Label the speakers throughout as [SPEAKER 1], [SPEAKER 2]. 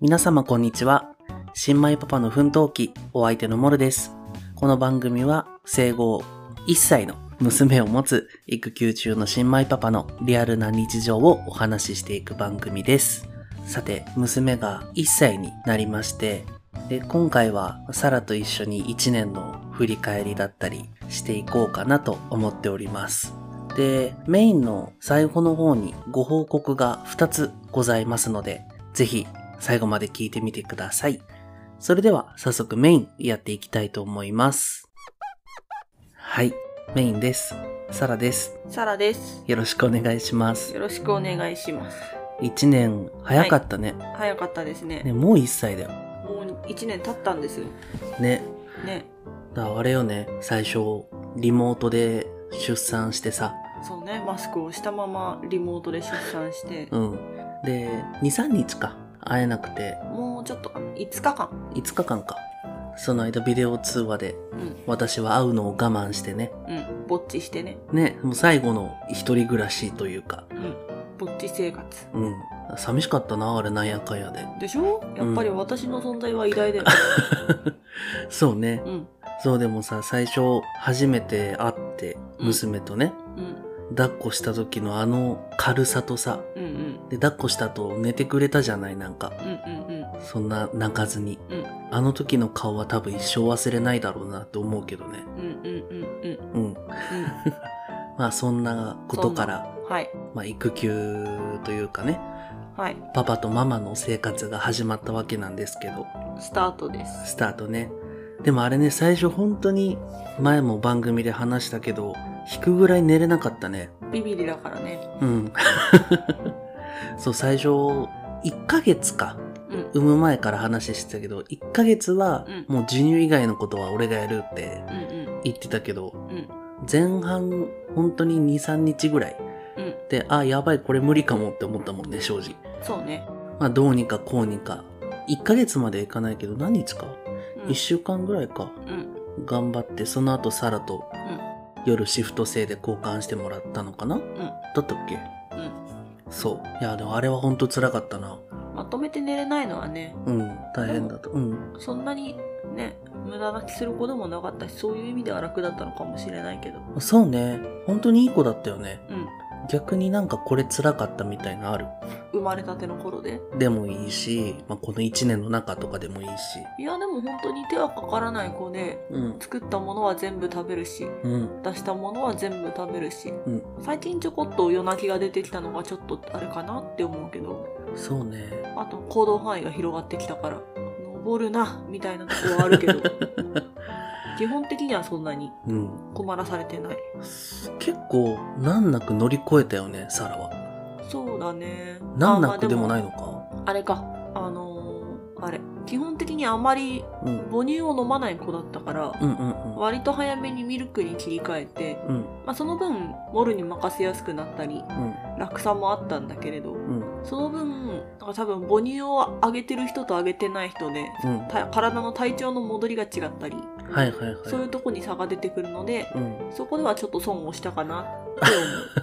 [SPEAKER 1] 皆様こんにちは。新米パパの奮闘記、お相手のモルです。この番組は生後1歳の娘を持つ育休中の新米パパのリアルな日常をお話ししていく番組です。さて、娘が1歳になりまして、で、今回はサラと一緒に1年の振り返りだったりしていこうかなと思っております。で、メインの最後の方にご報告が2つございますので、ぜひ最後まで聞いてみてください。それでは早速メインやっていきたいと思います。はい、メインです。サラです。
[SPEAKER 2] サラです。
[SPEAKER 1] よろしくお願いします。
[SPEAKER 2] よろしくお願いします。
[SPEAKER 1] 1年早かったね。
[SPEAKER 2] 早かったですね。
[SPEAKER 1] ねもう1歳だよ。
[SPEAKER 2] もう1年経ったんですよ。
[SPEAKER 1] ね。
[SPEAKER 2] ね。
[SPEAKER 1] だからあれよね、最初、リモートで出産してさ。
[SPEAKER 2] そうね、マスクをしたままリモートで出産して、
[SPEAKER 1] うん。で、2、3日か。会えなくて、
[SPEAKER 2] もうちょっとかな、5日間。
[SPEAKER 1] 5日間か。その間ビデオ通話で
[SPEAKER 2] うん。
[SPEAKER 1] 私は会うのを我慢してね。
[SPEAKER 2] うん。ぼっちしてね。
[SPEAKER 1] ね、もう最後の一人暮らしというか。
[SPEAKER 2] うん。ぼっち生活。
[SPEAKER 1] うん。寂しかったな、あれなんやかんやで。
[SPEAKER 2] でしょやっぱり私の存在は偉大だよ。
[SPEAKER 1] そうね
[SPEAKER 2] う。ん。
[SPEAKER 1] そうでもさ、最初、初めて会って、
[SPEAKER 2] うん
[SPEAKER 1] 娘とね、
[SPEAKER 2] うん。
[SPEAKER 1] 抱っこした時のあの軽さとさ、
[SPEAKER 2] うんうん。
[SPEAKER 1] で、抱っこした後寝てくれたじゃない、なんか。
[SPEAKER 2] うんうんうん。
[SPEAKER 1] そんな泣かずに。
[SPEAKER 2] うん
[SPEAKER 1] あの時の顔は多分一生忘れないだろうなって思うけどね。
[SPEAKER 2] うんうんうんうんう
[SPEAKER 1] う
[SPEAKER 2] ん。
[SPEAKER 1] ん。まあそんなことから、
[SPEAKER 2] はい。
[SPEAKER 1] まあ育休というかね、
[SPEAKER 2] はい。
[SPEAKER 1] パパとママの生活が始まったわけなんですけど、
[SPEAKER 2] スタートです。
[SPEAKER 1] スタートね。でもあれね、最初本当に前も番組で話したけど、引くぐらい寝れなかったね。
[SPEAKER 2] ビビリだからね。
[SPEAKER 1] うん。 そう、最初、1ヶ月か。
[SPEAKER 2] うん。
[SPEAKER 1] 産む前から話してたけど、1ヶ月は
[SPEAKER 2] うん
[SPEAKER 1] もう授乳以外のことは俺がやるって
[SPEAKER 2] うんうん
[SPEAKER 1] 言ってたけど、
[SPEAKER 2] うん
[SPEAKER 1] 前半本当に2、3日ぐらい
[SPEAKER 2] うん。
[SPEAKER 1] で、あ、やばい、これ無理かもって思ったもんね、正直。
[SPEAKER 2] そうね。
[SPEAKER 1] まあ、どうにかこうにか。1ヶ月までいかないけど、何日か
[SPEAKER 2] うん
[SPEAKER 1] ?1 週間ぐらいか。
[SPEAKER 2] うん。
[SPEAKER 1] 頑張って、その後サラと夜シフト制で交換してもらったのかな、だったっけ
[SPEAKER 2] うん。
[SPEAKER 1] そう。いや、でもあれは本当辛かったな。
[SPEAKER 2] まとめて寝れないのはね
[SPEAKER 1] うん、大変だと。うん。
[SPEAKER 2] そんなにね無駄泣きすることもなかったしそういう意味では楽だったのかもしれないけど
[SPEAKER 1] そうね。本当にいい子だったよね。
[SPEAKER 2] うん
[SPEAKER 1] 逆になんかこれ辛かったみたいなのある。
[SPEAKER 2] 生まれたての頃で
[SPEAKER 1] でもいいし、まあ、この1年の中とかでもいいし。
[SPEAKER 2] いやでも本当に手はかからない子で
[SPEAKER 1] うん。
[SPEAKER 2] 作ったものは全部食べるし
[SPEAKER 1] うん。
[SPEAKER 2] 出したものは全部食べるし、
[SPEAKER 1] うん
[SPEAKER 2] 最近ちょこっと夜泣きが出てきたのがちょっとあれかなって思うけど
[SPEAKER 1] そうね。
[SPEAKER 2] あと行動範囲が広がってきたから登るなみたいなところはあるけ ど基本的にはそんなに
[SPEAKER 1] うん。
[SPEAKER 2] 困らされてない
[SPEAKER 1] 結構難なく乗り越えたよねサラは
[SPEAKER 2] そうだね
[SPEAKER 1] 難なくでもないいのか
[SPEAKER 2] あれか、あのーあれ、基本的にあまり
[SPEAKER 1] うん
[SPEAKER 2] 母乳を飲まない子だったから、
[SPEAKER 1] うんうんうん
[SPEAKER 2] 割と早めにミルクに切り替えて、
[SPEAKER 1] うん
[SPEAKER 2] まあ、その分、モルに任せやすくなったり、
[SPEAKER 1] うん
[SPEAKER 2] 楽さもあったんだけれど、
[SPEAKER 1] うん
[SPEAKER 2] その分、なんか多分母乳をあげてる人とあげてない人で、
[SPEAKER 1] うん
[SPEAKER 2] た体の体調の戻りが違ったり、
[SPEAKER 1] はいはいはい
[SPEAKER 2] そういうとこに差が出てくるので、
[SPEAKER 1] うん
[SPEAKER 2] そこではちょっと損をしたかなっ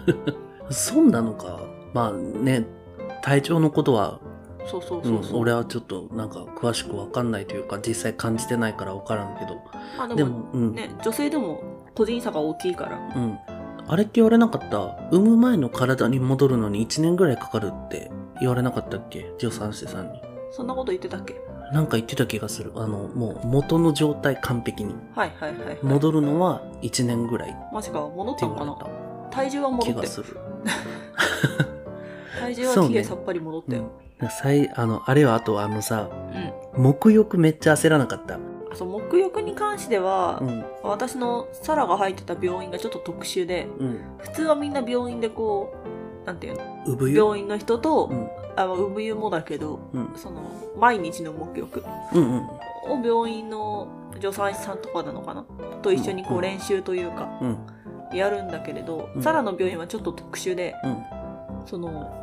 [SPEAKER 2] て
[SPEAKER 1] 損なのかまあね体調のことは
[SPEAKER 2] 思う。 そうそうそうそう。
[SPEAKER 1] ん、俺はちょっとなんか詳しくわかんないというか実際感じてないからわからんけど
[SPEAKER 2] まあで
[SPEAKER 1] で
[SPEAKER 2] も、
[SPEAKER 1] もうん、
[SPEAKER 2] ね、女性でも個人差が大きいから、
[SPEAKER 1] うんあれって言われなかった産む前の体に戻るのに1年ぐらいかかるって言われなかったっけ助産師さんに
[SPEAKER 2] そんなこと言ってたっけ
[SPEAKER 1] なんか言ってた気がするあのもう元の状態完璧に
[SPEAKER 2] はいはいはい、はい。
[SPEAKER 1] 戻るのは1年ぐらいっ
[SPEAKER 2] マジか、戻ってた
[SPEAKER 1] 言
[SPEAKER 2] のか
[SPEAKER 1] わ
[SPEAKER 2] な
[SPEAKER 1] れ
[SPEAKER 2] 体重は
[SPEAKER 1] た気
[SPEAKER 2] 戻っ
[SPEAKER 1] が
[SPEAKER 2] て
[SPEAKER 1] する。
[SPEAKER 2] 体重
[SPEAKER 1] そう
[SPEAKER 2] は
[SPEAKER 1] ね
[SPEAKER 2] きれいさっぱり戻ったよ。
[SPEAKER 1] うん、さいあのあれはあとあのさ
[SPEAKER 2] うん。
[SPEAKER 1] 沐浴めっちゃ焦らなかった。
[SPEAKER 2] あそう、沐浴に関しては、
[SPEAKER 1] ん
[SPEAKER 2] 私のサラが入ってた病院がちょっと特殊で、
[SPEAKER 1] うん。
[SPEAKER 2] 普通はみんな病院でこう、なんていうの
[SPEAKER 1] 産湯。
[SPEAKER 2] 病院の人と、
[SPEAKER 1] うん
[SPEAKER 2] あの、産湯もだけど、
[SPEAKER 1] うん
[SPEAKER 2] その、毎日の沐浴を
[SPEAKER 1] うんうん
[SPEAKER 2] 病院の助産師さんとかなのかなと一緒にこ
[SPEAKER 1] うん
[SPEAKER 2] う練習というか、
[SPEAKER 1] うん
[SPEAKER 2] やるんだけれど、
[SPEAKER 1] うん
[SPEAKER 2] サラの病院はちょっと特殊で、
[SPEAKER 1] うん
[SPEAKER 2] その、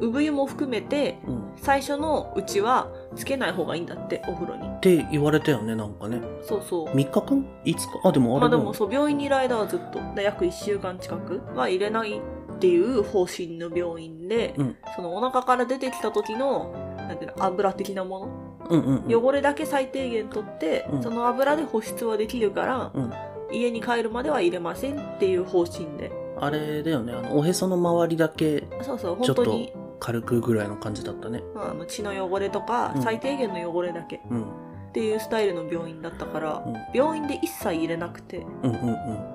[SPEAKER 2] 産湯も含めて、
[SPEAKER 1] うん。
[SPEAKER 2] 最初のうちはつけない方がいいんだってお風呂に
[SPEAKER 1] って言われたよねなんかね。
[SPEAKER 2] そうそう
[SPEAKER 1] 3日間 ?5 日あでもあれ
[SPEAKER 2] まあで
[SPEAKER 1] だ
[SPEAKER 2] もそう病院にいる間はずっとで約1週間近くは入れないっていう方針の病院で、
[SPEAKER 1] うん
[SPEAKER 2] そのお腹から出てきた時のだけど油的なも
[SPEAKER 1] うんうんうん
[SPEAKER 2] の汚れだけ最低限取って、
[SPEAKER 1] うん
[SPEAKER 2] その油で保湿はできるから、
[SPEAKER 1] うん
[SPEAKER 2] 家に帰るまでは入れませんっていう方針で
[SPEAKER 1] あれだよねあのおへその周りだけ
[SPEAKER 2] そうそう
[SPEAKER 1] ちょっと
[SPEAKER 2] 本当に
[SPEAKER 1] 軽くぐらいの感じだったね
[SPEAKER 2] あの血の汚れとか、
[SPEAKER 1] うん
[SPEAKER 2] 最低限の汚れだけっ
[SPEAKER 1] うん
[SPEAKER 2] ていうスタイルの病院だったから、
[SPEAKER 1] うん
[SPEAKER 2] 病院で一切入れなくて
[SPEAKER 1] うんうん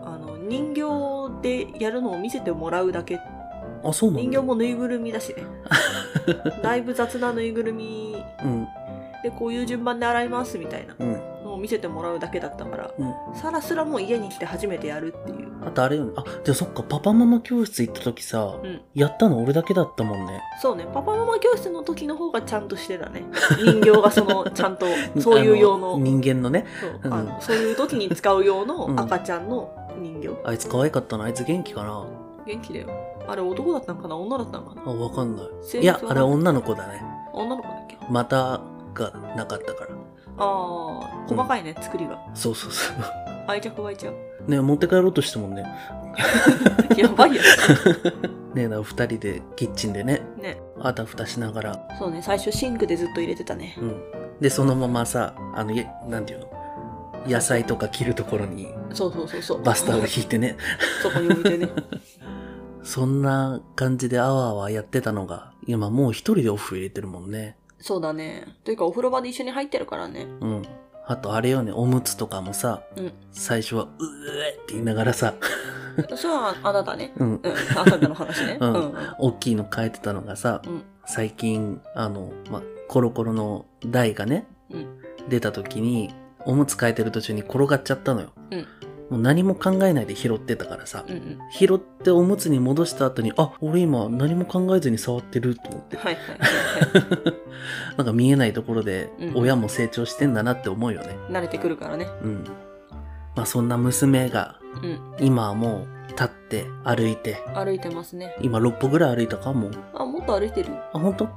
[SPEAKER 2] あの人形でやるのを見せてもらうだけ
[SPEAKER 1] うんあそうなんだ
[SPEAKER 2] 人形もぬいぐるみだし ねだいぶ雑なぬいぐるみ
[SPEAKER 1] うん
[SPEAKER 2] でこういう順番で洗いますみたいな
[SPEAKER 1] うん
[SPEAKER 2] のを見せてもらうだけだったから
[SPEAKER 1] うん
[SPEAKER 2] サラすらも家に来て初めてやるっていう
[SPEAKER 1] あとあれよねあでそっかパパママ教室行った時さ、
[SPEAKER 2] うん
[SPEAKER 1] やったの俺だけだったもんね
[SPEAKER 2] そうねパパママ教室の時の方がちゃんとし てたね人形がそのちゃんとそういう用
[SPEAKER 1] あ
[SPEAKER 2] の
[SPEAKER 1] 人間のね
[SPEAKER 2] そう
[SPEAKER 1] うん
[SPEAKER 2] あのそういう時に使う用
[SPEAKER 1] うん
[SPEAKER 2] の赤ちゃんの人形、
[SPEAKER 1] あいつ可愛かったなあいつ元気かな
[SPEAKER 2] 元気だよあれ男だったのかな女だったのかな
[SPEAKER 1] あわかんない
[SPEAKER 2] 性
[SPEAKER 1] いや
[SPEAKER 2] 別は
[SPEAKER 1] あれ女の子だね
[SPEAKER 2] 女の子だっけ
[SPEAKER 1] またがなかったから
[SPEAKER 2] ああ細かいね、作りが
[SPEAKER 1] そうそうそ
[SPEAKER 2] 愛着湧いちゃう
[SPEAKER 1] うね持って帰ろうとしたもんね
[SPEAKER 2] やばいや
[SPEAKER 1] ねえな2人でキッチンでね
[SPEAKER 2] つね
[SPEAKER 1] あたふたしながら
[SPEAKER 2] そうね最初シンクでずっと入れてたね
[SPEAKER 1] うんでそのままさあのいなんていうの野菜とか切るところに
[SPEAKER 2] そうそうそうそう
[SPEAKER 1] バスターを引いてね
[SPEAKER 2] そこに置いてね
[SPEAKER 1] そんな感じであわあわやってたのが今もう一人でオフ入れてるもんね
[SPEAKER 2] そうだねというかお風呂場で一緒に入ってるからね
[SPEAKER 1] うんあとあれよねおむつとかもさ、
[SPEAKER 2] うん
[SPEAKER 1] 最初はうえって言いながらさ、
[SPEAKER 2] それはあなたね
[SPEAKER 1] うん、
[SPEAKER 2] うんあなたの話ね
[SPEAKER 1] うん
[SPEAKER 2] うん
[SPEAKER 1] 大きいの変えてたのがさ、
[SPEAKER 2] うん
[SPEAKER 1] 最近あの、ま、コロコロの台がね、
[SPEAKER 2] うん
[SPEAKER 1] 出た時におむつ変えてる途中に転がっちゃったのよ、
[SPEAKER 2] うん
[SPEAKER 1] もう何も考えないで拾ってたからさ、
[SPEAKER 2] うんうん
[SPEAKER 1] 拾っておむつに戻した後にあ俺今何も考えずに触ってると思って
[SPEAKER 2] はいはいはい、は
[SPEAKER 1] なんか見えないところで
[SPEAKER 2] うん
[SPEAKER 1] 親も成長してんだなって思うよね
[SPEAKER 2] い、慣れてくるからね
[SPEAKER 1] うんまあそんな娘が
[SPEAKER 2] うん
[SPEAKER 1] 今はもう立って歩いて
[SPEAKER 2] 歩いてますね
[SPEAKER 1] 今6歩ぐらい歩いたかもう
[SPEAKER 2] あもっと歩いてる
[SPEAKER 1] あ本当
[SPEAKER 2] うん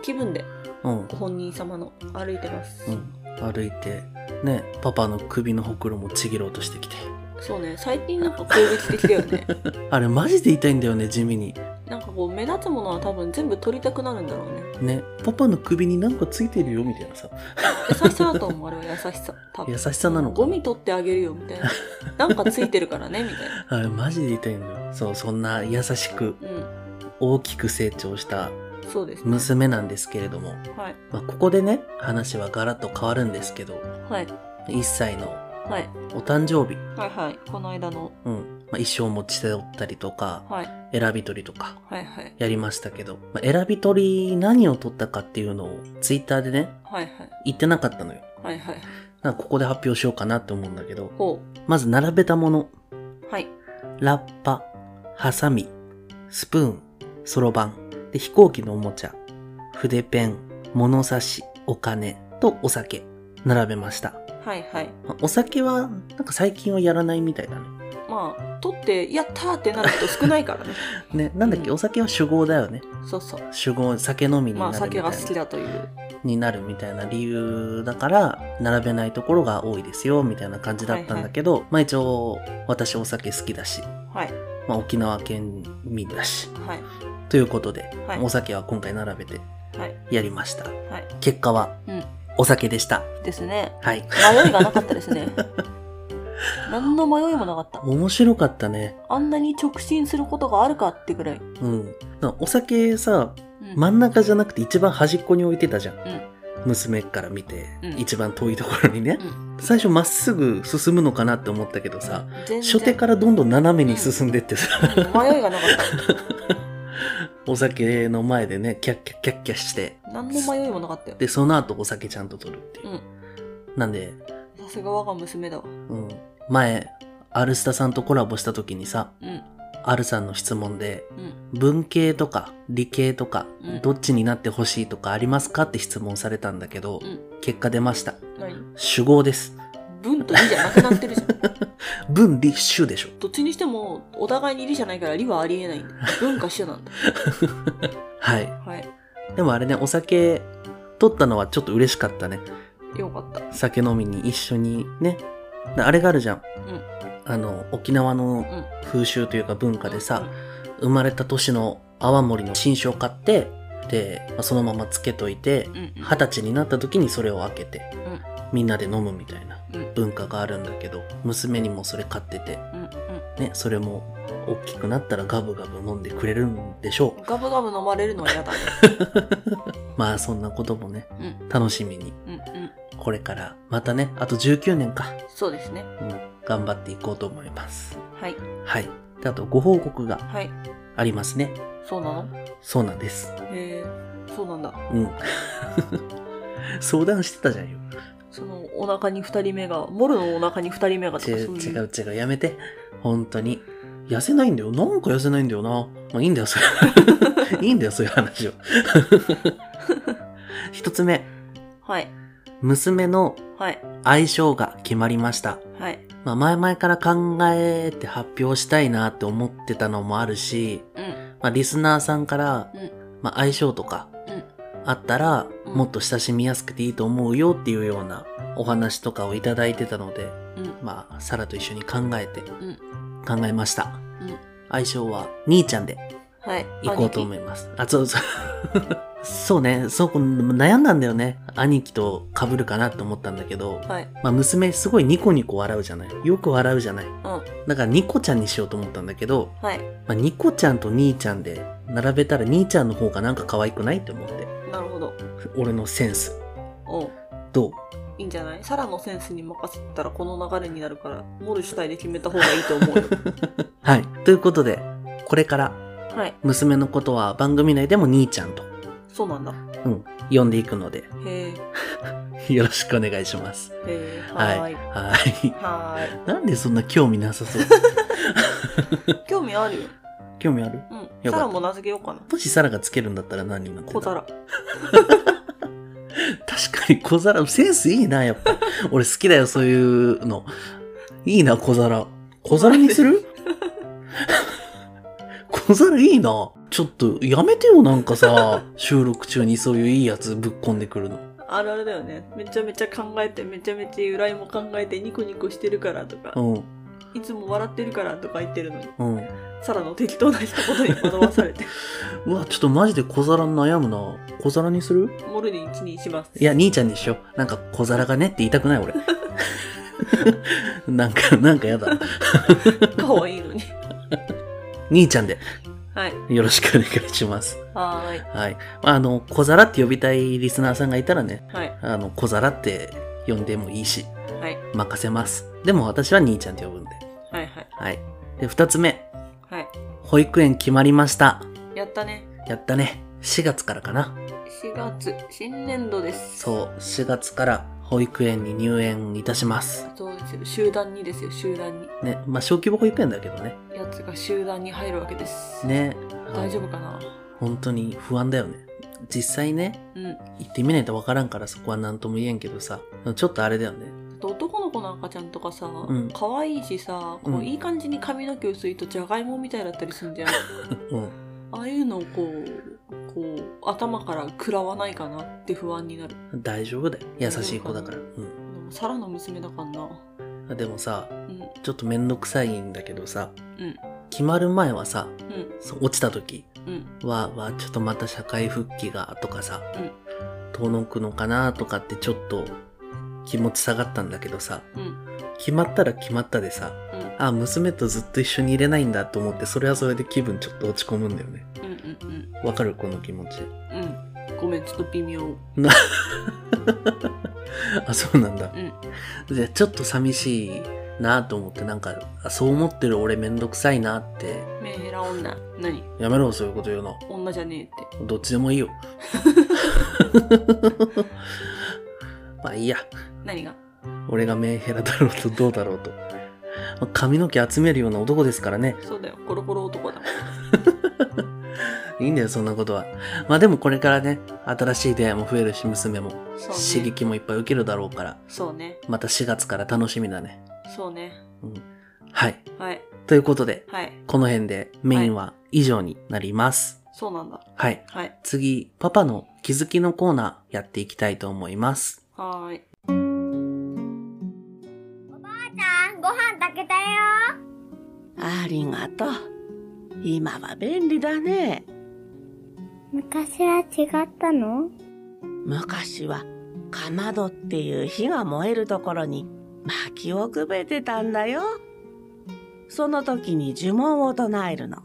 [SPEAKER 2] 気分で
[SPEAKER 1] うん
[SPEAKER 2] ご本人様の歩いてます、
[SPEAKER 1] うん、歩いてねパパの首のほくろもちぎろうとしてきて
[SPEAKER 2] そうね最近なんか攻撃的だよね
[SPEAKER 1] あれマジで痛いんだよね地味に
[SPEAKER 2] なんかこう目立つものは多分全部取りたくなるんだろうね
[SPEAKER 1] ねパパの首になんかついてるよみたいなさ
[SPEAKER 2] 優しさだと思うあれは優しさ多分
[SPEAKER 1] 優しさなのか
[SPEAKER 2] ゴミ取ってあげるよみたいな なんかついてるからねみたい
[SPEAKER 1] あ
[SPEAKER 2] な
[SPEAKER 1] れマジで痛いんだよそうそんな優しく
[SPEAKER 2] う
[SPEAKER 1] 大きく成長した
[SPEAKER 2] んそうですね
[SPEAKER 1] 娘なんですけれども、
[SPEAKER 2] はい
[SPEAKER 1] まあ、ここでね話はガラッと変わるんですけど
[SPEAKER 2] はい
[SPEAKER 1] 1歳の
[SPEAKER 2] はい
[SPEAKER 1] お誕生日、
[SPEAKER 2] はいはいこの間の
[SPEAKER 1] うんまあ、衣装も背負ったりとか
[SPEAKER 2] はい
[SPEAKER 1] 選び取りとか
[SPEAKER 2] はいはい
[SPEAKER 1] やりましたけど、まあ、選び取り何を取ったかっていうのをツイッターでね
[SPEAKER 2] はい
[SPEAKER 1] 言ってなかったのよ。
[SPEAKER 2] はいはいはい
[SPEAKER 1] なんかここで発表しようかなって思うんだけど、
[SPEAKER 2] ほ
[SPEAKER 1] まず並べたもの、
[SPEAKER 2] うはい
[SPEAKER 1] ラッパ、ハサミ、スプーン、そろばん、で飛行機のおもちゃ、筆ペン、物差し、お金とお酒、並べました。
[SPEAKER 2] はいはい
[SPEAKER 1] まあお酒は、なんか最近はやらないみたいだね。
[SPEAKER 2] まあ取ってやったーってなる人少ない からね
[SPEAKER 1] ね、なんだっけ、
[SPEAKER 2] うん
[SPEAKER 1] お酒は酒豪だよね。
[SPEAKER 2] そうそう
[SPEAKER 1] 酒豪、酒飲みに
[SPEAKER 2] ま
[SPEAKER 1] な
[SPEAKER 2] あ
[SPEAKER 1] るみた
[SPEAKER 2] 酒
[SPEAKER 1] いな,、
[SPEAKER 2] が好きだという
[SPEAKER 1] になるみたいな理由だから、並べないところが多いですよ、みたいな感じだったんだけど、まあ一応、私お酒好きだし、
[SPEAKER 2] はい
[SPEAKER 1] まあ、沖縄県民だし。
[SPEAKER 2] はい
[SPEAKER 1] ということで、
[SPEAKER 2] はい
[SPEAKER 1] お酒は今回並べて
[SPEAKER 2] はい
[SPEAKER 1] やりました。
[SPEAKER 2] はい
[SPEAKER 1] 結果は、
[SPEAKER 2] うん
[SPEAKER 1] お酒でした。
[SPEAKER 2] ですね
[SPEAKER 1] はい。
[SPEAKER 2] 迷いがなかったです ね何の迷いもなかった
[SPEAKER 1] 面白かったね。
[SPEAKER 2] あんなに直進することがあるかってぐらい、
[SPEAKER 1] うん。お酒さ、
[SPEAKER 2] うん
[SPEAKER 1] 真ん中じゃなくて一番端っこに置いてたじゃん。
[SPEAKER 2] ん
[SPEAKER 1] 娘から見て、
[SPEAKER 2] うん
[SPEAKER 1] 一番遠いところにね。
[SPEAKER 2] う
[SPEAKER 1] 最初まっすぐ進むのかなって思ったけどさ、
[SPEAKER 2] 全然
[SPEAKER 1] 初手からどんどん斜めに進んでってさ、
[SPEAKER 2] 迷いがなかっ
[SPEAKER 1] お酒の前でね、キャッキャッキャッキャして、
[SPEAKER 2] た何の迷いもなかったよ
[SPEAKER 1] で、その後お酒ちゃんと取るっていう。
[SPEAKER 2] うん
[SPEAKER 1] なんで、
[SPEAKER 2] さすが我が娘だわ
[SPEAKER 1] うん、前アルスタさんとコラボした時にさ
[SPEAKER 2] うん
[SPEAKER 1] アルさんの質問で
[SPEAKER 2] うん
[SPEAKER 1] 文系とか理系とか
[SPEAKER 2] うん
[SPEAKER 1] どっちになってほしいとかありますかって質問されたんだけど
[SPEAKER 2] うん
[SPEAKER 1] 結果出ました
[SPEAKER 2] 何
[SPEAKER 1] 主語です
[SPEAKER 2] 文と理じゃなくなってるじゃん
[SPEAKER 1] 文理主でしょ
[SPEAKER 2] どっちにしてもお互いに理じゃないから理はありえないんだ文化主なんだ
[SPEAKER 1] はい
[SPEAKER 2] はい
[SPEAKER 1] でもあれねお酒取ったのはちょっと嬉しかったね
[SPEAKER 2] よかった
[SPEAKER 1] 酒飲みに一緒にねであれがあるじゃん、
[SPEAKER 2] ん
[SPEAKER 1] あの沖縄の風習というか文化でさ、
[SPEAKER 2] う
[SPEAKER 1] 生まれた年の泡盛の新酒を買ってで、まあそのままつけといて
[SPEAKER 2] うんうん
[SPEAKER 1] 二十歳になった時にそれを開けて、
[SPEAKER 2] ん
[SPEAKER 1] みんなで飲むみたいな
[SPEAKER 2] うんうん
[SPEAKER 1] 文化があるんだけど娘にもそれ買ってて
[SPEAKER 2] う
[SPEAKER 1] ねそれも大きくなったらガブガブ飲んでくれるんでしょ
[SPEAKER 2] んガブガブ飲まれるのは嫌だね
[SPEAKER 1] うまあそんなこともね
[SPEAKER 2] うん
[SPEAKER 1] 楽しみに
[SPEAKER 2] うんうん
[SPEAKER 1] これからまたねあと19年か、
[SPEAKER 2] そうですね
[SPEAKER 1] うん、頑張っていこうと思います
[SPEAKER 2] はい
[SPEAKER 1] はいであとご報告が
[SPEAKER 2] はい
[SPEAKER 1] ありますね
[SPEAKER 2] そうなの
[SPEAKER 1] そうなんです
[SPEAKER 2] えー、そうなんだ
[SPEAKER 1] うん 相談してたじゃんよ
[SPEAKER 2] そのお腹に二人目がモルのお腹に二人目がとか
[SPEAKER 1] ち
[SPEAKER 2] そう
[SPEAKER 1] 違
[SPEAKER 2] いう
[SPEAKER 1] う違うやめて本当に痩せないんだよなんか痩せないんだよなまあいいんだよそれ いいんだよそういう話は一つ目
[SPEAKER 2] はい
[SPEAKER 1] 娘の
[SPEAKER 2] はい
[SPEAKER 1] 相性が決まりました
[SPEAKER 2] はい
[SPEAKER 1] まあ前々から考えて発表したいなって思ってたのもあるし、
[SPEAKER 2] うん
[SPEAKER 1] まあリスナーさんから、
[SPEAKER 2] うん
[SPEAKER 1] まあ相性とか
[SPEAKER 2] うん
[SPEAKER 1] あったら、
[SPEAKER 2] うん
[SPEAKER 1] もっと親しみやすくていいと思うよっていうようなお話とかをいただいてたので、
[SPEAKER 2] うん
[SPEAKER 1] まあ、サラと一緒に考えて、
[SPEAKER 2] ん
[SPEAKER 1] 考えました。
[SPEAKER 2] うん
[SPEAKER 1] 相性は兄ちゃんで
[SPEAKER 2] はい
[SPEAKER 1] 行こうと思います。あ、そう そう。そうね、そう、悩んだんだよね。兄貴と被るかなって思ったんだけど、
[SPEAKER 2] はい
[SPEAKER 1] まあ娘すごいニコニコ笑うじゃない。よく笑うじゃない。
[SPEAKER 2] うん
[SPEAKER 1] だからニコちゃんにしようと思ったんだけど、
[SPEAKER 2] はい
[SPEAKER 1] まあニコちゃんと兄ちゃんで並べたら兄ちゃんの方がなんか可愛くないって思って。
[SPEAKER 2] なるほど
[SPEAKER 1] 俺のセンス。
[SPEAKER 2] おう
[SPEAKER 1] どう
[SPEAKER 2] いいんじゃないサラのセンスに任せたらこの流れになるからモル主体で決めた方がいいと思 うよ
[SPEAKER 1] はい。ということで、これから
[SPEAKER 2] はい
[SPEAKER 1] 娘のことは番組内でも兄ちゃんと、
[SPEAKER 2] そうなんだ
[SPEAKER 1] うん、呼んでいくので、
[SPEAKER 2] へ
[SPEAKER 1] よろしくお願いします。
[SPEAKER 2] えへえ
[SPEAKER 1] はい。
[SPEAKER 2] は
[SPEAKER 1] は
[SPEAKER 2] ーい
[SPEAKER 1] い。
[SPEAKER 2] はーい
[SPEAKER 1] なんでそんな興味なさそう
[SPEAKER 2] 興味あるよ
[SPEAKER 1] 興味あるた
[SPEAKER 2] うんサラも名付けようかな
[SPEAKER 1] もしサラがつけるんだったら何になって
[SPEAKER 2] 小
[SPEAKER 1] た
[SPEAKER 2] 皿
[SPEAKER 1] 確かに小皿、センスいいな、やっ ぱ。俺好きだよ、そういうの。いいな、小皿。小皿にする 小皿いいな。ちょっと、やめてよ、なんかさ、 収録中にそういういいやつぶっこんでくるの。
[SPEAKER 2] あるあるだよねめちゃめちゃ考えてめちゃめちゃ由来も考えてニコニコしてるからとか
[SPEAKER 1] うん。
[SPEAKER 2] いつも笑ってるからとか言ってるのに
[SPEAKER 1] うん。
[SPEAKER 2] サラの適当な一言に惑わされて
[SPEAKER 1] うわ、ちょっとマジで小皿悩むな。小皿にする
[SPEAKER 2] モルディ1にします
[SPEAKER 1] いや、兄ちゃんにしよう。なんか小皿がねって言いたくない、俺。 なんか、なんかやだ。
[SPEAKER 2] かわいいのに
[SPEAKER 1] 兄ちゃんで、
[SPEAKER 2] はい
[SPEAKER 1] よろしくお願いします。
[SPEAKER 2] はーい
[SPEAKER 1] はい。まあ、あの、小皿って呼びたいリスナーさんがいたらね、
[SPEAKER 2] はい
[SPEAKER 1] あの、小皿って呼んでもいいし、
[SPEAKER 2] はい
[SPEAKER 1] 任せます。でも私は兄ちゃんって呼ぶんで。
[SPEAKER 2] はいはい
[SPEAKER 1] はい。で、二つ目。
[SPEAKER 2] はい
[SPEAKER 1] 保育園決まりました。
[SPEAKER 2] やったね
[SPEAKER 1] やったね。4月からかな。
[SPEAKER 2] 4月新年度です
[SPEAKER 1] そう、4月から保育園に入園いたします。
[SPEAKER 2] そうですよ集団にですよ集団に
[SPEAKER 1] ね、まあ、小規模保育園だけどね。
[SPEAKER 2] やつが集団に入るわけです
[SPEAKER 1] ね。
[SPEAKER 2] 大丈夫かな
[SPEAKER 1] 本当に不安だよね。実際ね、
[SPEAKER 2] うん
[SPEAKER 1] 行ってみないとわからんからそこは何とも言えんけどさ、ちょっとあれだよね。
[SPEAKER 2] あと男の子の赤ちゃんとかさ、
[SPEAKER 1] ん
[SPEAKER 2] 可愛いしさこ
[SPEAKER 1] う
[SPEAKER 2] うんいい感じに髪の毛薄いとじゃがいもみたいだったりするん じゃん
[SPEAKER 1] うん。
[SPEAKER 2] ああいうのをこうこう頭から食らわないかなって不安になる
[SPEAKER 1] 大丈夫だよ。優しい子だから。
[SPEAKER 2] で
[SPEAKER 1] う。
[SPEAKER 2] もサラの娘だからなん
[SPEAKER 1] でもさ、
[SPEAKER 2] うん
[SPEAKER 1] ちょっとめんどくさいんだけどさ、
[SPEAKER 2] うん
[SPEAKER 1] 決まる前はさ、
[SPEAKER 2] うん
[SPEAKER 1] そう落ちた時
[SPEAKER 2] うん
[SPEAKER 1] は、は、ちょっとまた社会復帰がとかさ
[SPEAKER 2] うん、
[SPEAKER 1] 遠のくのかなとかってちょっと気持ち下がったんだけどさ、
[SPEAKER 2] うん
[SPEAKER 1] 決まったら決まったでさ、
[SPEAKER 2] うん
[SPEAKER 1] あ、娘とずっと一緒にいれないんだと思って、それはそれで気分ちょっと落ち込むんだよね。
[SPEAKER 2] うんうんうん
[SPEAKER 1] わかるこの気持ち。
[SPEAKER 2] うんごめんちょっと微妙うん
[SPEAKER 1] あ、そうなんだ。
[SPEAKER 2] うん
[SPEAKER 1] じゃあちょっと寂しいなと思って、なんか、あそう思ってる俺めんどくさいなって、
[SPEAKER 2] メーラ女何
[SPEAKER 1] やめろ、そういうこと言うの。
[SPEAKER 2] 女じゃねえって
[SPEAKER 1] どっちでもいい よ。まあいいや。
[SPEAKER 2] 何が
[SPEAKER 1] 俺がメンヘラだろうとどうだろうと。まあ髪の毛集めるような男ですからね。
[SPEAKER 2] そうだよコロコロ男だ
[SPEAKER 1] いいんだよ、そんなことは。まあでもこれからね、新しい出会いも増えるし、娘も
[SPEAKER 2] そう
[SPEAKER 1] 刺
[SPEAKER 2] ね
[SPEAKER 1] 激もいっぱい受けるだろうから、
[SPEAKER 2] そうね
[SPEAKER 1] また4月から楽しみだね。
[SPEAKER 2] そうね
[SPEAKER 1] うん。はい。
[SPEAKER 2] はい
[SPEAKER 1] ということで、
[SPEAKER 2] はい
[SPEAKER 1] この辺でメインは以上になります。
[SPEAKER 2] そうなんだ
[SPEAKER 1] はい。
[SPEAKER 2] はい
[SPEAKER 1] 次、パパの気づきのコーナーやっていきたいと思います。
[SPEAKER 2] はーい
[SPEAKER 3] さん、ご飯炊けたよ。
[SPEAKER 4] ありがとう。今は便利だね。
[SPEAKER 3] 昔は違ったの
[SPEAKER 4] 昔はかまどっていう火が燃えるところに薪をくべてたんだよ。その時に呪文を唱えるの。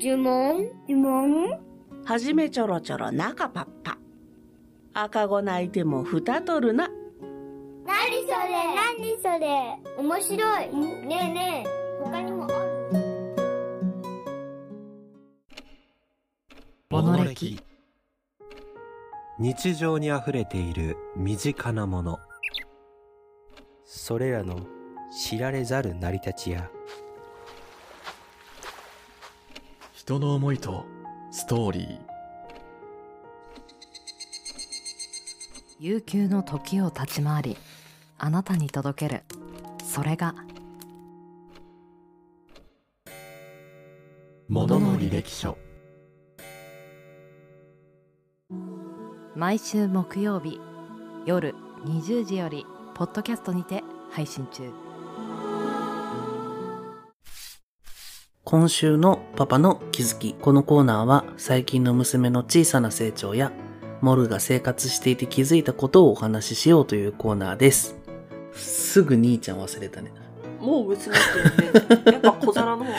[SPEAKER 3] 呪文呪文
[SPEAKER 4] はじめちょろちょろ中パッパ。赤子泣いても蓋取るな。
[SPEAKER 3] 何それ何それ面白い。ねえねえ、他にもある
[SPEAKER 5] モ
[SPEAKER 6] ノ
[SPEAKER 5] ノ
[SPEAKER 6] レ
[SPEAKER 5] レ
[SPEAKER 6] キ
[SPEAKER 5] キ
[SPEAKER 6] 日常に溢れている身近なもの
[SPEAKER 5] それらの知られざる成り立ちや
[SPEAKER 7] 人の思いとストーリー
[SPEAKER 8] 悠久の時を立ち回りあなたに届けるそれが
[SPEAKER 7] ものの履歴書
[SPEAKER 8] 毎週木曜日夜20時よりポッドキャストにて配信中
[SPEAKER 1] 今週のパパの気づき。このコーナーは最近の娘の小さな成長や、モルが生活していて気づいたことをお話ししようというコーナーです。すぐ兄ちゃん忘れたね。
[SPEAKER 2] もう薄まってるね。やっぱ小皿の方がいい。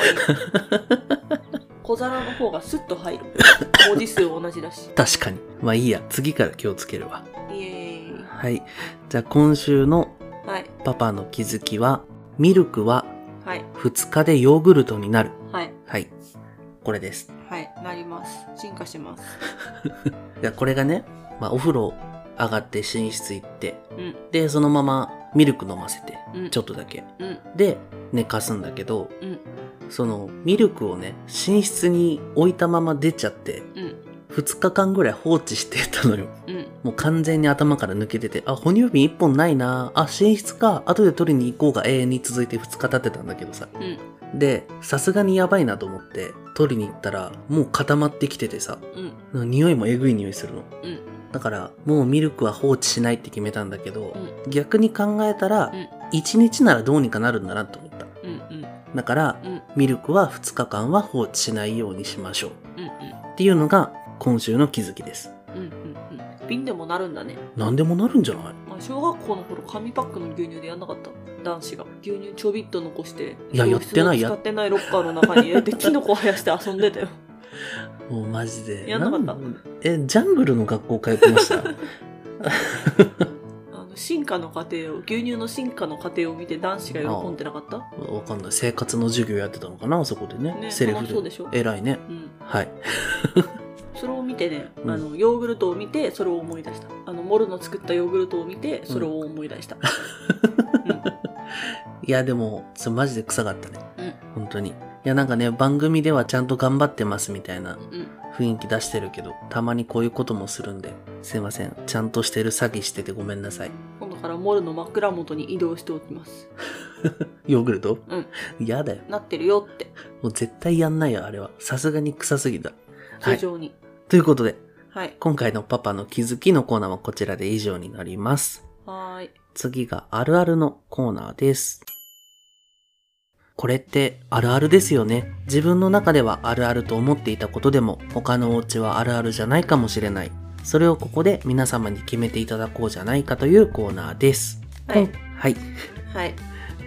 [SPEAKER 2] 小皿の方がスッと入る。文字数同じだし。
[SPEAKER 1] 確かに。まあいいや、次から気をつけるわ。
[SPEAKER 2] イエーイ。
[SPEAKER 1] はい。じゃあ今週の
[SPEAKER 2] はい。
[SPEAKER 1] パパの気づきは、ミルクは
[SPEAKER 2] はい。
[SPEAKER 1] 2日でヨーグルトになる。
[SPEAKER 2] はい。
[SPEAKER 1] はい。これです。
[SPEAKER 2] はい。なります。進化してます。
[SPEAKER 1] いや、これがね、まあお風呂上がって寝室行って、
[SPEAKER 2] うん。
[SPEAKER 1] で、そのままミルク飲ませて、
[SPEAKER 2] うん。
[SPEAKER 1] ちょっとだけ。
[SPEAKER 2] うん。
[SPEAKER 1] で、寝かすんだけど、
[SPEAKER 2] うん。
[SPEAKER 1] そのミルクをね、寝室に置いたまま出ちゃって、
[SPEAKER 2] うん。
[SPEAKER 1] 2日間ぐらい放置してたのよ。
[SPEAKER 2] うん。
[SPEAKER 1] もう完全に頭から抜けてて、あ、哺乳瓶1本ないなあ、寝室か、後で取りに行こうが永遠に続いて2日経ってたんだけどさ。
[SPEAKER 2] うん。
[SPEAKER 1] で、さすがにやばいなと思って、取りに行ったら、もう固まってきててさ、
[SPEAKER 2] うん。
[SPEAKER 1] 匂いもえぐい匂いするの。
[SPEAKER 2] うん
[SPEAKER 1] だから、もうミルクは放置しないって決めたんだけど、
[SPEAKER 2] う
[SPEAKER 1] 逆に考えたら、
[SPEAKER 2] うん
[SPEAKER 1] 1日ならどうにかなるんだなと思った。
[SPEAKER 2] うん。うん。
[SPEAKER 1] だから、
[SPEAKER 2] うん。
[SPEAKER 1] ミルクは2日間は放置しないようにしましょう。
[SPEAKER 2] うん。
[SPEAKER 1] っていうのが、今週の気づきです。
[SPEAKER 2] うん。うん。うん。瓶でもなるんだね。
[SPEAKER 1] 何でもなるんじゃない
[SPEAKER 2] まあ、小学校の頃紙パックの牛乳でやんなかった男子が牛乳ちょびっと残して
[SPEAKER 1] いややってない
[SPEAKER 2] 教室
[SPEAKER 1] や
[SPEAKER 2] の使ってないロッカーの中に 入れてキノコ生やして遊んでたよ
[SPEAKER 1] もうマジで。
[SPEAKER 2] やんなかった
[SPEAKER 1] んえ、ジャングルの学校通ってました
[SPEAKER 2] あの進化の過程を牛乳の進化の過程を見て男子が喜んでなかった
[SPEAKER 1] わかんない。生活の授業やってたのかなあそこでね。
[SPEAKER 2] ね
[SPEAKER 1] セレ
[SPEAKER 2] 楽しそうでし
[SPEAKER 1] フ
[SPEAKER 2] ょ
[SPEAKER 1] で。偉いね。
[SPEAKER 2] うん
[SPEAKER 1] はい。
[SPEAKER 2] それを見てね、
[SPEAKER 1] うん
[SPEAKER 2] あのヨーグルトを見てそれを思い出したあのモルの作ったヨーグルトを見てそれを思い出した、
[SPEAKER 1] いや、でも、それマジで臭かったね。
[SPEAKER 2] う
[SPEAKER 1] 本当に。いや、なんかね、番組ではちゃんと頑張ってますみたいな
[SPEAKER 2] うん
[SPEAKER 1] 雰囲気出してるけど、たまにこういうこともするんで、すいません。ちゃんとしてる詐欺しててごめんなさい。
[SPEAKER 2] 今度からモルの枕元に移動しておきます
[SPEAKER 1] ヨーグルト
[SPEAKER 2] うん。
[SPEAKER 1] 嫌だよ。
[SPEAKER 2] なってるよって
[SPEAKER 1] もう絶対やんないよ、あれは。さすがに臭すぎた。は
[SPEAKER 2] 通
[SPEAKER 1] い。
[SPEAKER 2] 常に
[SPEAKER 1] ということで、
[SPEAKER 2] はい
[SPEAKER 1] 今回のパパの気づきのコーナーはこちらで以上になります。
[SPEAKER 2] はーい
[SPEAKER 1] 次があるあるのコーナーです。これってあるあるですよね。自分の中ではあるあると思っていたことでも他のお家はあるあるじゃないかもしれない。それをここで皆様に決めていただこうじゃないかというコーナーです。
[SPEAKER 2] はい
[SPEAKER 1] こんはい。
[SPEAKER 2] はい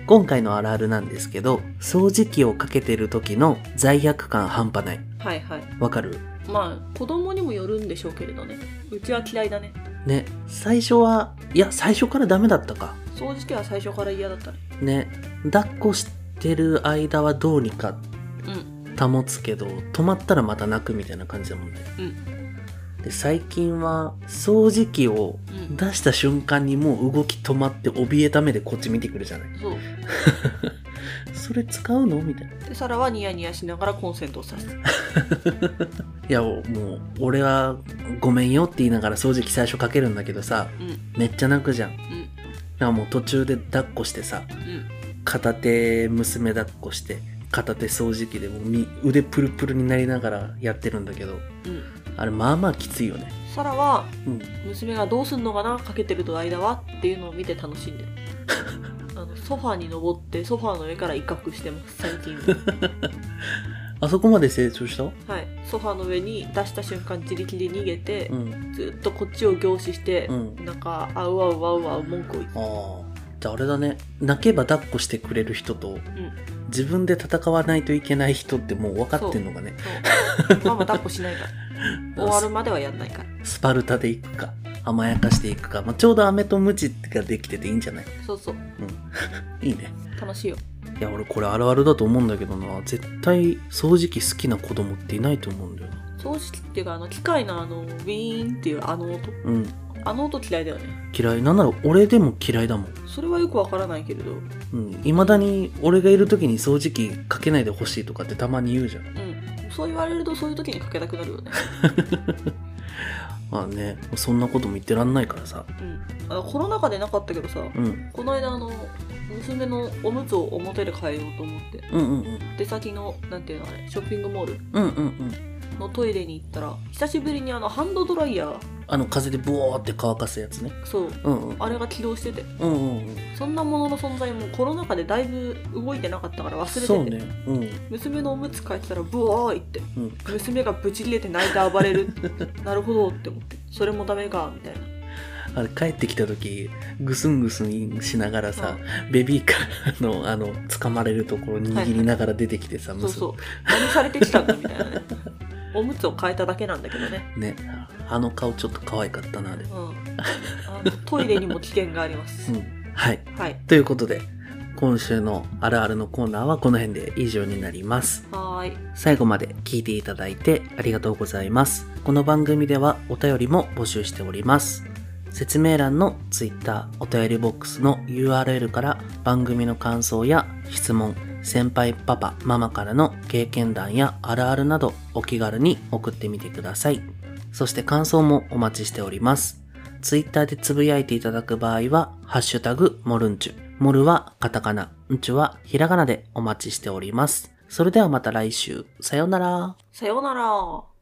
[SPEAKER 1] 今回のあるあるなんですけど、掃除機をかけてる時の罪悪感半端ない。
[SPEAKER 2] はいはい
[SPEAKER 1] わかる
[SPEAKER 2] まあ子供にもよるんでしょうけれどねうちは嫌いだね
[SPEAKER 1] ね。最初は、いや、最初からダメだったか。
[SPEAKER 2] 掃除機は最初から嫌だったね
[SPEAKER 1] ね抱っこしてる間はどうにか
[SPEAKER 2] うん
[SPEAKER 1] 保つけど止まったらまた泣くみたいな感じだもんね、で最近は掃除機を
[SPEAKER 2] うん
[SPEAKER 1] 出した瞬間にもう動き止まって怯えた目でこっち見てくるじゃない
[SPEAKER 2] そう
[SPEAKER 1] それ使うのみたいない
[SPEAKER 2] でサラはニヤニヤしながらコンセントを挿す
[SPEAKER 1] やもう俺はごめんよって言いながら掃除機最初かけるんだけどさ
[SPEAKER 2] うん
[SPEAKER 1] めっちゃ泣くじゃんだ
[SPEAKER 2] うん
[SPEAKER 1] からもう途中で抱っこしてさ
[SPEAKER 2] うん
[SPEAKER 1] 片手娘抱っこして片手掃除機でもうみ腕プルプルになりながらやってるんだけど
[SPEAKER 2] うん
[SPEAKER 1] あれまあまあきついよね
[SPEAKER 2] サラは
[SPEAKER 1] うん
[SPEAKER 2] 娘がどうすんのかなかけてると間はっていうのを見て楽しんでる あのソファーに登ってソファーの上から威嚇してます最近
[SPEAKER 1] あそこまで成長した
[SPEAKER 2] はい、ソファーの上に出した瞬間自力で逃げて、
[SPEAKER 1] うん。
[SPEAKER 2] ずっとこっちを凝視して、
[SPEAKER 1] うん。
[SPEAKER 2] なんかあうあうあうあう文句を言って
[SPEAKER 1] ああ。じゃああれだね。泣けば抱っこしてくれる人と、
[SPEAKER 2] ん
[SPEAKER 1] 自分で戦わないといけない人ってもう分かってんのがね。
[SPEAKER 2] そうママ抱っこしない から終わるまではやんないから
[SPEAKER 1] スパルタでいくか、甘やかしていくか、まあ、ちょうど飴とムチができてていいんじゃない
[SPEAKER 2] そうそう
[SPEAKER 1] いいね。
[SPEAKER 2] 楽しいよ
[SPEAKER 1] いや、俺これあるあるだと思うんだけどな、絶対掃除機好きな子供っていないと思うんだよな。
[SPEAKER 2] 掃除機っていうかあの機械のあのウィーンっていうあの音
[SPEAKER 1] うん。
[SPEAKER 2] あの音嫌いだよね
[SPEAKER 1] 嫌い。なんなら俺でも嫌いだもん。
[SPEAKER 2] それはよくわからないけれどうん
[SPEAKER 1] うん。未だに俺がいる時に掃除機かけないでほしいとかってたまに言うじゃん。
[SPEAKER 2] そう言われるとそういう時にかけたくなるよね、
[SPEAKER 1] まあね、そんなことも言ってらんないからさ。
[SPEAKER 2] うん、あコロナ禍でなかったけどさ
[SPEAKER 1] うん。
[SPEAKER 2] この間あの娘のおむつを表で変えようと思って
[SPEAKER 1] うんうんうん。
[SPEAKER 2] 出先のなんていうのあれショッピングモール
[SPEAKER 1] うんうんうん。
[SPEAKER 2] のトイレに行ったら久しぶりにあのハンドドライヤー
[SPEAKER 1] あの風でブワーって乾かすやつね。
[SPEAKER 2] そう
[SPEAKER 1] うんうん。
[SPEAKER 2] あれが起動してて
[SPEAKER 1] うんうんうん。
[SPEAKER 2] そんなものの存在もコロナ禍でだいぶ動いてなかったから忘れてて
[SPEAKER 1] そうね。うん。
[SPEAKER 2] 娘のおむつ変えてたらブワーいって、
[SPEAKER 1] うん
[SPEAKER 2] 娘がブチ切れて泣いて 暴れるなるほどって思ってそれもダメかみたいな
[SPEAKER 1] あれ帰ってきた時ぐすんぐすんしながらさ、ベビーカーのあの掴まれるところ握りながら出てきてさ、
[SPEAKER 2] そう
[SPEAKER 1] 娘
[SPEAKER 2] そう何されてきたんだみたいなねおむつを変えただけなんだけどね
[SPEAKER 1] ねあの顔ちょっと可愛かったなで
[SPEAKER 2] う
[SPEAKER 1] も
[SPEAKER 2] んあのトイレにも危険があります、
[SPEAKER 1] うんはい
[SPEAKER 2] はい
[SPEAKER 1] ということで今週のあるあるのコーナーはこの辺で以上になります
[SPEAKER 2] はーい
[SPEAKER 1] 最後まで聞いていただいてありがとうございます。この番組ではお便りも募集しております。説明欄の Twitter お便りボックスの URL から番組の感想や質問、先輩パパ、ママからの経験談やあるあるなどお気軽に送ってみてください。そして感想もお待ちしております。Twitter でつぶやいていただく場合は、ハッシュタグ、モルンチュ。モルはカタカナ、ンチュはひらがなでお待ちしております。それではまた来週。さようなら。
[SPEAKER 2] さようなら